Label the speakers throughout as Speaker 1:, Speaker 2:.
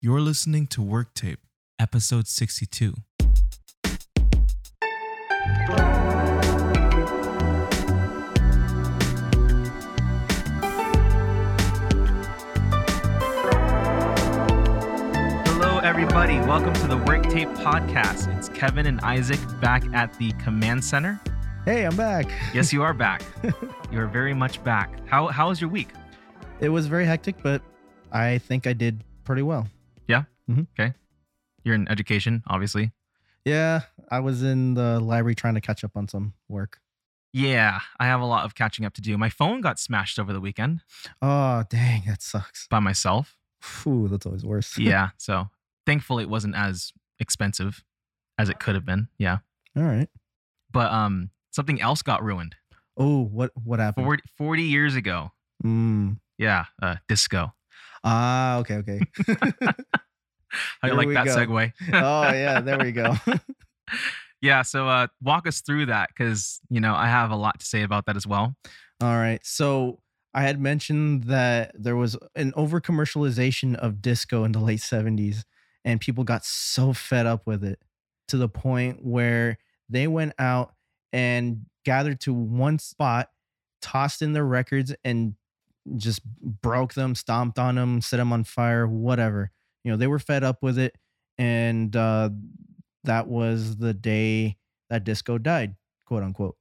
Speaker 1: You're listening to Work Tape, episode 62.
Speaker 2: Hello, everybody. Welcome to the Work Tape Podcast. It's Kevin and Isaac back at the Command Center.
Speaker 3: Hey, I'm back.
Speaker 2: Yes, you are back. you are very much back. How how was your week?
Speaker 3: It was very hectic, but I think I did pretty well.
Speaker 2: You're in education, obviously.
Speaker 3: Yeah, I was in the library trying to catch up on some work.
Speaker 2: Yeah, I have a lot of catching up to do. My phone got smashed over the weekend
Speaker 3: Oh, dang, that sucks.
Speaker 2: by myself.
Speaker 3: Phew, that's always worse.
Speaker 2: Yeah, so thankfully it wasn't as expensive as it could have been. Yeah,
Speaker 3: All right.
Speaker 2: but um, something else got ruined.
Speaker 3: Oh, what what happened?
Speaker 2: 40, 40 years ago.
Speaker 3: Mm.
Speaker 2: Yeah, uh, disco.
Speaker 3: Ah, okay, okay.
Speaker 2: How do you
Speaker 3: There
Speaker 2: like
Speaker 3: we
Speaker 2: that
Speaker 3: go.
Speaker 2: segue?
Speaker 3: oh yeah, there we go.
Speaker 2: Yeah, so uh, walk us through that because you know I have a lot to say about that as well.
Speaker 3: All right. So I had mentioned that there was an over commercialization of disco in the late 70s, and people got so fed up with it to the point where they went out and gathered to one spot, tossed in their records, and just broke them, stomped on them, set them on fire, whatever. You know, they were fed up with it. And uh, that was the day that disco died, quote unquote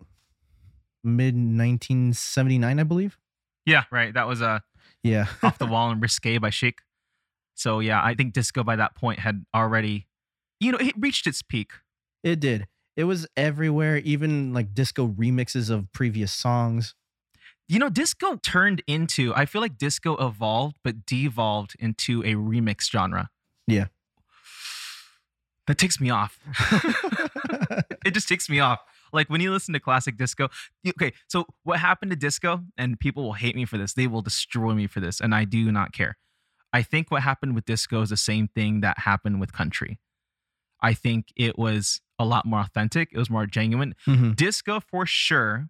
Speaker 3: mid 1979, I believe.
Speaker 2: Yeah, right. That was uh,
Speaker 3: Yeah.
Speaker 2: off the wall and risque by Chic. So yeah, I think disco by that point had already, you know, it reached its peak.
Speaker 3: It did. It was everywhere, even like disco remixes of previous songs.
Speaker 2: You know, disco turned into. I feel like disco evolved but devolved into a remix genre.
Speaker 3: Yeah.
Speaker 2: That takes me off. it just takes me off. Like when you listen to classic disco, you- okay, so what happened to disco, and people will hate me for this, they will destroy me for this, and I do not care. I think what happened with disco is the same thing that happened with country. I think it was a lot more authentic, it was more genuine.
Speaker 3: Mhm.
Speaker 2: Disco, for sure,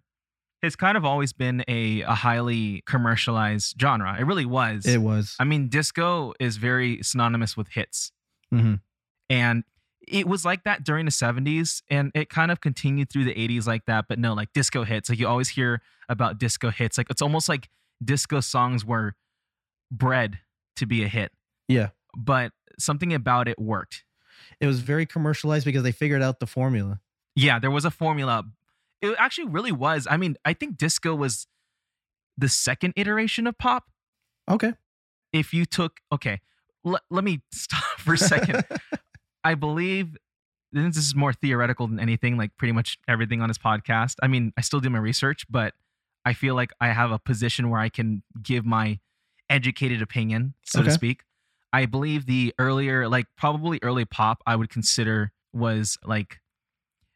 Speaker 2: has kind of always been a, a highly commercialized genre. It really was.
Speaker 3: It was.
Speaker 2: I mean, disco is very synonymous with hits.
Speaker 3: Mhm.
Speaker 2: And it was like that during the 70s and it kind of continued through the 80s like that. But no, like disco hits, like you always hear about disco hits. Like it's almost like disco songs were bred to be a hit.
Speaker 3: Yeah.
Speaker 2: But something about it worked.
Speaker 3: It was very commercialized because they figured out the formula.
Speaker 2: Yeah, there was a formula. It actually really was. I mean, I think disco was the second iteration of pop.
Speaker 3: Okay.
Speaker 2: If you took, okay, l- let me stop for a second. I believe this is more theoretical than anything, like pretty much everything on this podcast. I mean, I still do my research, but I feel like I have a position where I can give my educated opinion, so to
Speaker 3: Okay.
Speaker 2: speak. I believe the earlier, like probably early pop, I would consider was like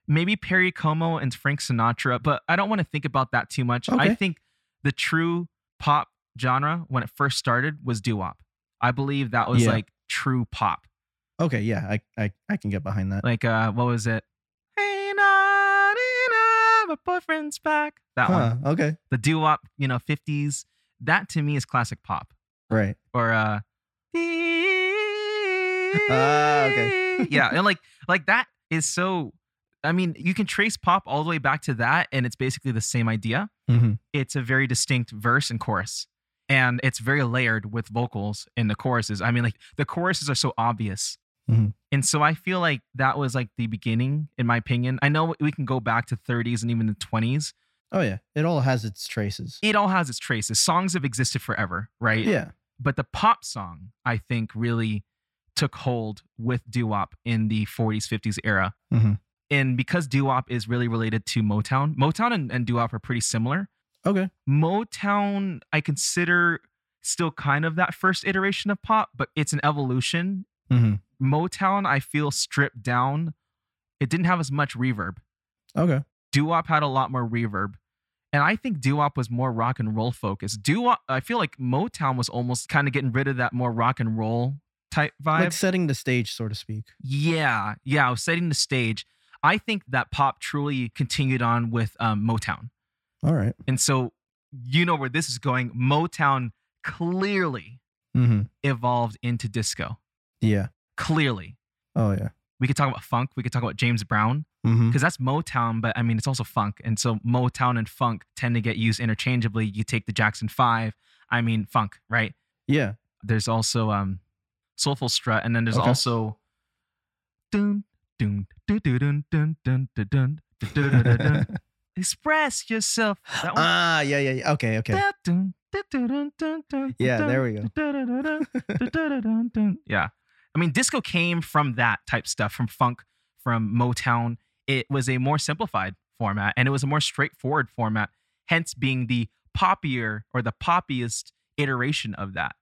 Speaker 2: maybe Perry Como and Frank Sinatra, but I don't want to think about that too much. I
Speaker 3: Okay.
Speaker 2: think the true pop genre when it first started was doo wop. I believe that was
Speaker 3: Yeah.
Speaker 2: like true pop
Speaker 3: Okay. Yeah. I, I, I can get behind that.
Speaker 2: like uh what was it hey na, dee, na, my boyfriend's back that
Speaker 3: huh.
Speaker 2: one
Speaker 3: Okay.
Speaker 2: the doo-wop you know 50s that to me is classic pop
Speaker 3: Right.
Speaker 2: or uh
Speaker 3: Ah, okay.
Speaker 2: yeah and like like that is so i mean you can trace pop all the way back to that and it's basically the same idea
Speaker 3: Mm-hmm.
Speaker 2: it's a very distinct verse and chorus and it's very layered with vocals in the choruses i mean like the choruses are so obvious
Speaker 3: Mhm.
Speaker 2: and so i feel like that was like the beginning in my opinion i know we can go back to 30s and even the 20s
Speaker 3: Oh yeah. It all has its traces.
Speaker 2: it all has its traces songs have existed forever right
Speaker 3: Yeah.
Speaker 2: but the pop song i think really took hold with doo-wop in the 40s 50s era
Speaker 3: Mhm.
Speaker 2: and because doo-wop is really related to motown motown and, and doo-wop are pretty similar
Speaker 3: Okay.
Speaker 2: Motown, I consider still kind of that first iteration of pop, but it's an evolution.
Speaker 3: Mm-hmm.
Speaker 2: Motown, I feel stripped down. It didn't have as much reverb.
Speaker 3: Okay.
Speaker 2: Doo wop had a lot more reverb. And I think doo wop was more rock and roll focused. Doo wop, I feel like Motown was almost kind of getting rid of that more rock and roll type vibe.
Speaker 3: Like setting the stage, so to speak.
Speaker 2: yeah, yeah, I was setting the stage. I think that pop truly continued on with um, Motown.
Speaker 3: All right.
Speaker 2: And so you know where this is going. Motown clearly
Speaker 3: Mm-hmm.
Speaker 2: evolved into disco.
Speaker 3: Yeah.
Speaker 2: Clearly,
Speaker 3: Oh yeah.
Speaker 2: we could talk about funk. We could talk about James Brown
Speaker 3: Mm-hmm.
Speaker 2: because that's Motown, but I mean it's also funk, and so Motown and funk tend to get used interchangeably. You take the Jackson Five. I mean funk, right?
Speaker 3: Yeah.
Speaker 2: There's also um, soulful strut, and then there's
Speaker 3: Okay.
Speaker 2: also. Dun, dun, dun, dun, dun, dun, dun, dun, dun, dun, dun, dun, dun. Express yourself. That one.
Speaker 3: ah, yeah, yeah, yeah. Okay, okay. Yeah, there we
Speaker 2: go. yeah. I mean, disco came from that type stuff, from funk, from Motown. It was a more simplified format and it was a more straightforward format, hence being the poppier or the poppiest iteration of that.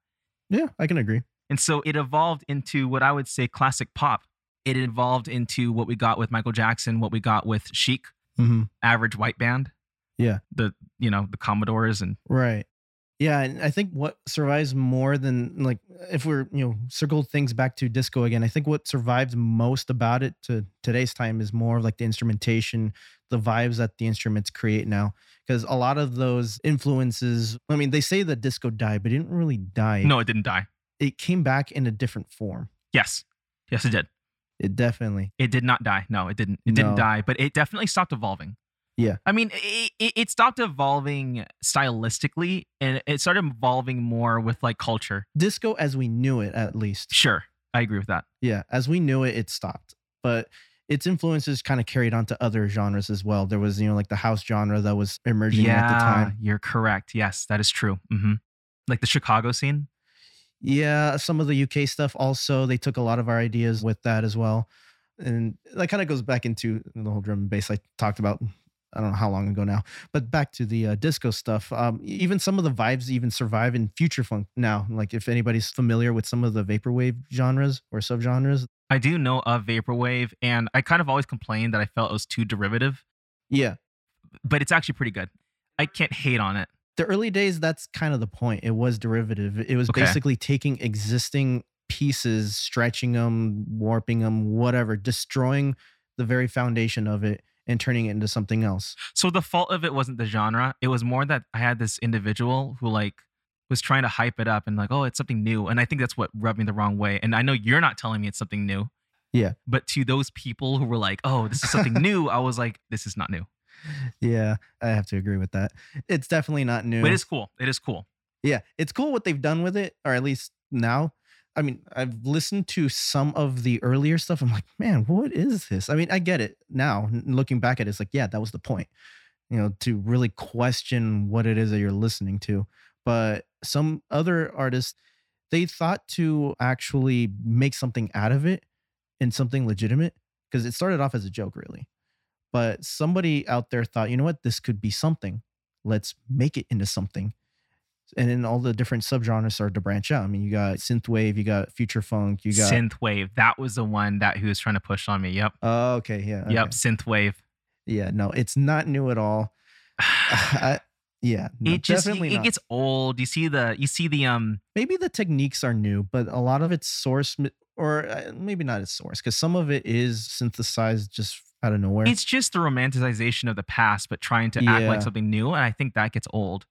Speaker 3: Yeah, I can agree.
Speaker 2: And so it evolved into what I would say classic pop. It evolved into what we got with Michael Jackson, what we got with Chic,
Speaker 3: Mm-hmm.
Speaker 2: average white band.
Speaker 3: Yeah.
Speaker 2: The, you know, the Commodores and
Speaker 3: Right. Yeah, and I think what survives more than like if we're you know circled things back to disco again, I think what survives most about it to today's time is more of like the instrumentation, the vibes that the instruments create now. Because a lot of those influences, I mean, they say that disco died, but it didn't really die.
Speaker 2: no, it didn't die.
Speaker 3: it came back in a different form.
Speaker 2: Yes. Yes, it did.
Speaker 3: It definitely.
Speaker 2: It did not die. No, it didn't. It didn't
Speaker 3: No.
Speaker 2: die, but it definitely stopped evolving.
Speaker 3: Yeah.
Speaker 2: I mean, it, it, it stopped evolving stylistically and it started evolving more with like culture.
Speaker 3: Disco as we knew it, at least.
Speaker 2: Sure. I agree with that.
Speaker 3: Yeah, as we knew it, it stopped. But its influences kind of carried on to other genres as well. There was, you know, like the house genre that was emerging at the time.
Speaker 2: You're correct. Yes, that is true. hmm Like the Chicago scene.
Speaker 3: Yeah, some of the UK stuff also, they took a lot of our ideas with that as well. And that kind of goes back into the whole drum and bass I talked about. I don't know how long ago now, but back to the uh, disco stuff. Um, e- even some of the vibes even survive in future funk now. Like if anybody's familiar with some of the vaporwave genres or subgenres,
Speaker 2: I do know of Vaporwave, and I kind of always complained that I felt it was too derivative,
Speaker 3: yeah,
Speaker 2: but it's actually pretty good. I can't hate on it.
Speaker 3: the early days that's kind of the point it was derivative it was
Speaker 2: Okay.
Speaker 3: basically taking existing pieces stretching them warping them whatever destroying the very foundation of it and turning it into something else
Speaker 2: So the fault of it wasn't the genre. It was more that I had this individual who like was trying to hype it up and like, oh, it's something new. And I think that's what rubbed me the wrong way. And I know you're not telling me it's something new.
Speaker 3: Yeah.
Speaker 2: But to those people who were like, oh, this is something new, I was like, this is not new.
Speaker 3: yeah i have to agree with that it's definitely not new
Speaker 2: But it's cool. It is cool.
Speaker 3: yeah it's cool what they've done with it or at least now i mean i've listened to some of the earlier stuff i'm like man what is this i mean i get it now n- looking back at it it's like yeah that was the point you know to really question what it is that you're listening to but some other artists they thought to actually make something out of it and something legitimate because it started off as a joke really but somebody out there thought you know what this could be something let's make it into something and then all the different subgenres started to branch out i mean you got synthwave you got future funk you got
Speaker 2: Synthwave. That was the one that he was trying to push on me. Yep.
Speaker 3: oh okay yeah okay.
Speaker 2: Yep. Synthwave.
Speaker 3: yeah no it's not new at all I, yeah no,
Speaker 2: it just it,
Speaker 3: definitely
Speaker 2: it
Speaker 3: not.
Speaker 2: gets old. You see the you see the um
Speaker 3: maybe the techniques are new, but a lot of its source, ma- or uh, maybe not its source, because some of it is synthesized just out of nowhere.
Speaker 2: It's just the romanticization of the past, but trying to act
Speaker 3: Yeah.
Speaker 2: like something new. And I think that gets old.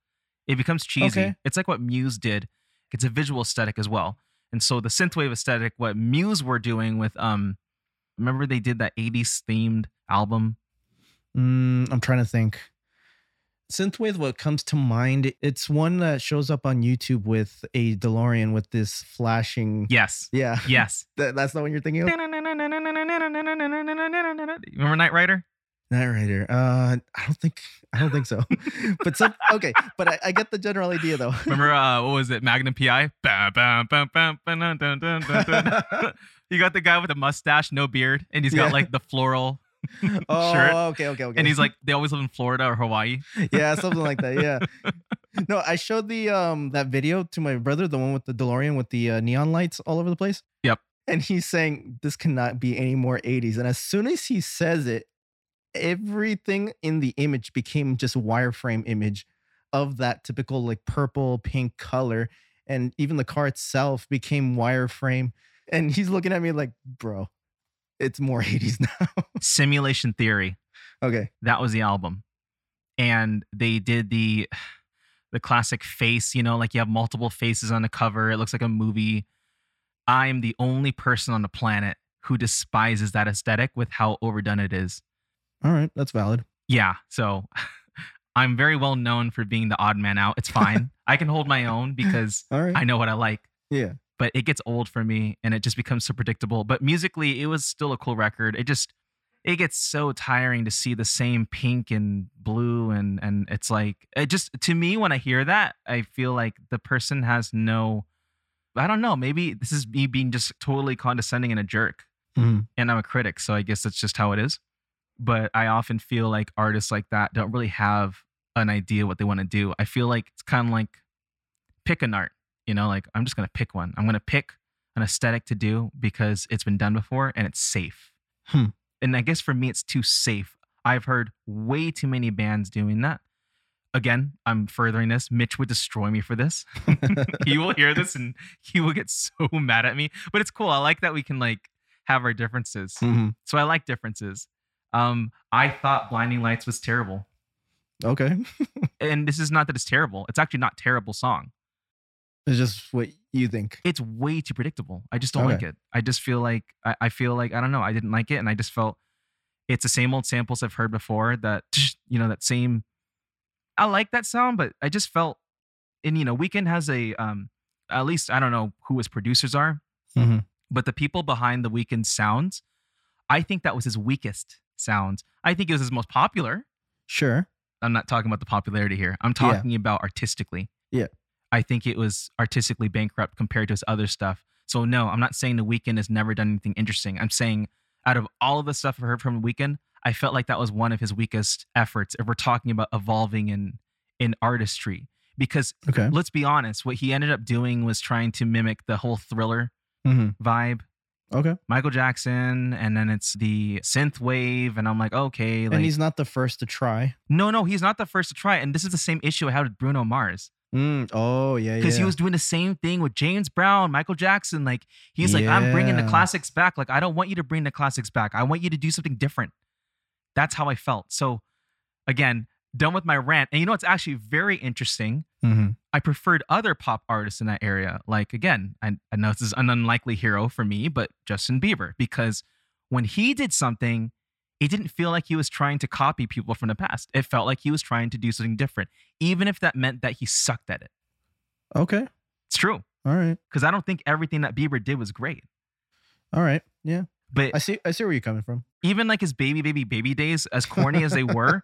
Speaker 2: It becomes cheesy.
Speaker 3: Okay.
Speaker 2: It's like what Muse did. It's a visual aesthetic as well. And so the synthwave aesthetic, what Muse were doing with um, remember they did that '80s themed album.
Speaker 3: Mm, I'm trying to think. Synthwave, what comes to mind, it's one that shows up on YouTube with a DeLorean with this flashing.
Speaker 2: Yes,
Speaker 3: Yeah.
Speaker 2: yes.
Speaker 3: That, that's not what you're thinking of?
Speaker 2: Remember Knight Rider?
Speaker 3: Knight Rider. Uh, I don't think, I don't think so. but some, okay. But I, I get the general idea though.
Speaker 2: Remember uh, what was it? Magnum PI. Ba, ba, ba, ba, ba, dun, dun, dun, dun, dun. you got the guy with the mustache, no beard, and he's got
Speaker 3: Yeah.
Speaker 2: like the floral
Speaker 3: oh,
Speaker 2: shirt.
Speaker 3: okay, okay, okay.
Speaker 2: And he's like, they always live in Florida or Hawaii.
Speaker 3: yeah, something like that. Yeah. No, I showed the um that video to my brother, the one with the DeLorean with the uh, neon lights all over the place.
Speaker 2: Yep.
Speaker 3: And he's saying this cannot be any more 80s. And as soon as he says it, everything in the image became just wireframe image of that typical like purple pink color and even the car itself became wireframe and he's looking at me like, "Bro, it's more 80s now."
Speaker 2: Simulation Theory.
Speaker 3: okay.
Speaker 2: That was the album. And they did the the classic face, you know, like you have multiple faces on the cover. It looks like a movie. I am the only person on the planet who despises that aesthetic with how overdone it is.
Speaker 3: All right, that's valid.
Speaker 2: Yeah, so I'm very well known for being the odd man out. It's fine. I can hold my own because
Speaker 3: All right.
Speaker 2: I know what I like,
Speaker 3: yeah.
Speaker 2: but it gets old for me and it just becomes so predictable. But musically, it was still a cool record. It just it gets so tiring to see the same pink and blue and and it's like it just to me when I hear that, I feel like the person has no I don't know, maybe this is me being just totally condescending and a jerk
Speaker 3: Mhm.
Speaker 2: and I'm a critic, so I guess that's just how it is. But I often feel like artists like that don't really have an idea what they want to do. I feel like it's kind of like pick an art, you know, like I'm just going to pick one. I'm going to pick an aesthetic to do because it's been done before and it's safe.
Speaker 3: Hmm.
Speaker 2: And I guess for me, it's too safe. I've heard way too many bands doing that. Again, I'm furthering this. Mitch would destroy me for this he will hear this and he will get so mad at me. But it's cool. I like that we can like have our differences.
Speaker 3: Mhm.
Speaker 2: So I like differences. Um, I thought Blinding Lights was terrible,
Speaker 3: Okay.
Speaker 2: and this is not that it's terrible. It's actually not terrible song.
Speaker 3: It's just what you think.
Speaker 2: It's way too predictable. I just don't
Speaker 3: Okay.
Speaker 2: like it. I just feel like I, I feel like I don't know. I didn't like it, and I just felt it's the same old samples I've heard before. That you know that same. I like that sound, but I just felt, and you know, Weekend has a um. At least I don't know who his producers are,
Speaker 3: Mhm.
Speaker 2: but the people behind the weekend sounds i think that was his weakest sound i think it was his most popular
Speaker 3: Sure.
Speaker 2: i'm not talking about the popularity here i'm
Speaker 3: Yeah.
Speaker 2: talking about artistically
Speaker 3: Yeah.
Speaker 2: i think it was artistically bankrupt compared to his other stuff so no i'm not saying the weekend has never done anything interesting i'm saying out of all of the stuff i've heard from the weekend i felt like that was one of his weakest efforts if we're talking about evolving in in artistry because
Speaker 3: Okay.
Speaker 2: let's be honest what he ended up doing was trying to mimic the whole thriller
Speaker 3: hmm
Speaker 2: vibe
Speaker 3: Okay.
Speaker 2: Michael Jackson, and then it's the synth wave, and I'm like, okay, like,
Speaker 3: and he's not the first to try.
Speaker 2: no, no, he's not the first to try, it. and this is the same issue I had with Bruno Mars
Speaker 3: Mm, oh yeah.
Speaker 2: because
Speaker 3: yeah.
Speaker 2: he was doing the same thing with James Brown, Michael Jackson, like he's like, I'm bringing the
Speaker 3: Yeah.
Speaker 2: classics back, like I don't want you to bring the classics back, I want you to do something different. That's how I felt. So, again, done with my rant, and you know it's actually very interesting.
Speaker 3: Mhm.
Speaker 2: I preferred other pop artists in that area. Like again, I, I know this is an unlikely hero for me, but Justin Bieber, because when he did something, it didn't feel like he was trying to copy people from the past. It felt like he was trying to do something different, even if that meant that he sucked at it.
Speaker 3: Okay.
Speaker 2: It's true,
Speaker 3: All right.
Speaker 2: because I don't think everything that Bieber did was great.
Speaker 3: All right. Yeah.
Speaker 2: But
Speaker 3: I see. I see where you're coming from.
Speaker 2: even like his baby, baby, baby days, as corny as they were,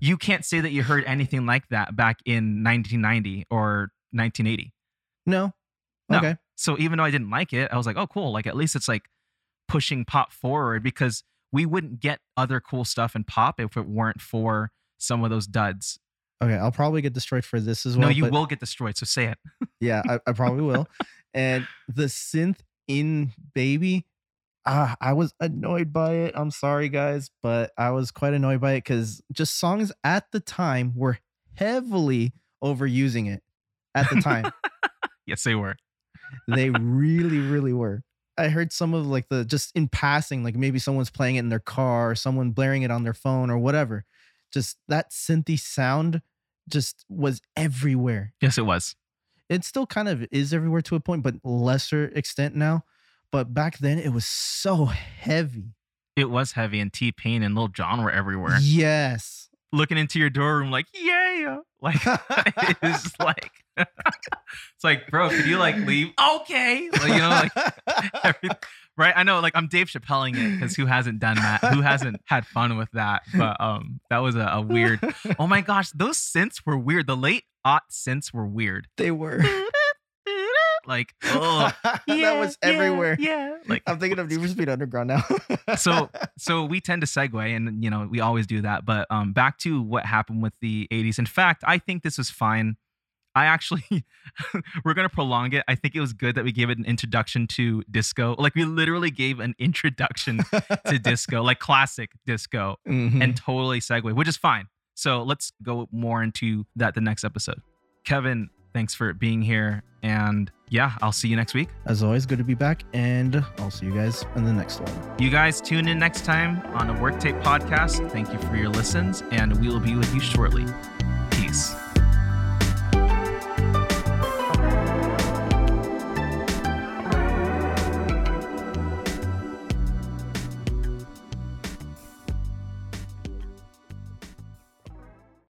Speaker 2: you can't say that you heard anything like that back in 1990 or 1980.
Speaker 3: No.
Speaker 2: No.
Speaker 3: Okay.
Speaker 2: So even though I didn't like it, I was like, oh, cool. Like at least it's like pushing pop forward because we wouldn't get other cool stuff in pop if it weren't for some of those duds.
Speaker 3: Okay. I'll probably get destroyed for this as well.
Speaker 2: no, you
Speaker 3: but-
Speaker 2: will get destroyed. So say it.
Speaker 3: Yeah, I, I probably will. and the synth in baby, ah, I was annoyed by it. I'm sorry, guys, but I was quite annoyed by it because just songs at the time were heavily overusing it. At the time,
Speaker 2: Yes, they were.
Speaker 3: they really, really were. I heard some of like the just in passing, like maybe someone's playing it in their car or someone blaring it on their phone or whatever. Just that synthy sound just was everywhere
Speaker 2: Yes, it was.
Speaker 3: it still kind of is everywhere to a point, but lesser extent now. But back then, it was so heavy.
Speaker 2: It was heavy and T Pain and Lil Jon were everywhere.
Speaker 3: Yes.
Speaker 2: Looking into your door room like, yeah. Like it was just like it's like, bro, could you like leave? Okay. Like, you know, like every- right? I know, like I'm Dave Chappelling it because who hasn't done that? Who hasn't had fun with that? But um, that was a, a weird. Oh my gosh, those synths were weird. The late aught synths were weird.
Speaker 3: they were.
Speaker 2: Like, oh,
Speaker 3: that was everywhere.
Speaker 2: Yeah, like
Speaker 3: I'm thinking of Need for Speed Underground now.
Speaker 2: so so we tend to segue and you know we always do that but um back to what happened with the 80s in fact i think this was fine i actually we're gonna prolong it i think it was good that we gave it an introduction to disco like we literally gave an introduction to disco like classic disco
Speaker 3: Mhm.
Speaker 2: and totally segue which is fine so let's go more into that the next episode kevin thanks for being here and yeah i'll see you next week
Speaker 3: as always, good to be back, and I'll see you guys in the next one.
Speaker 2: You guys tune in next time on the Work Tape Podcast. Thank you for your listens, and we will be with you shortly. Peace.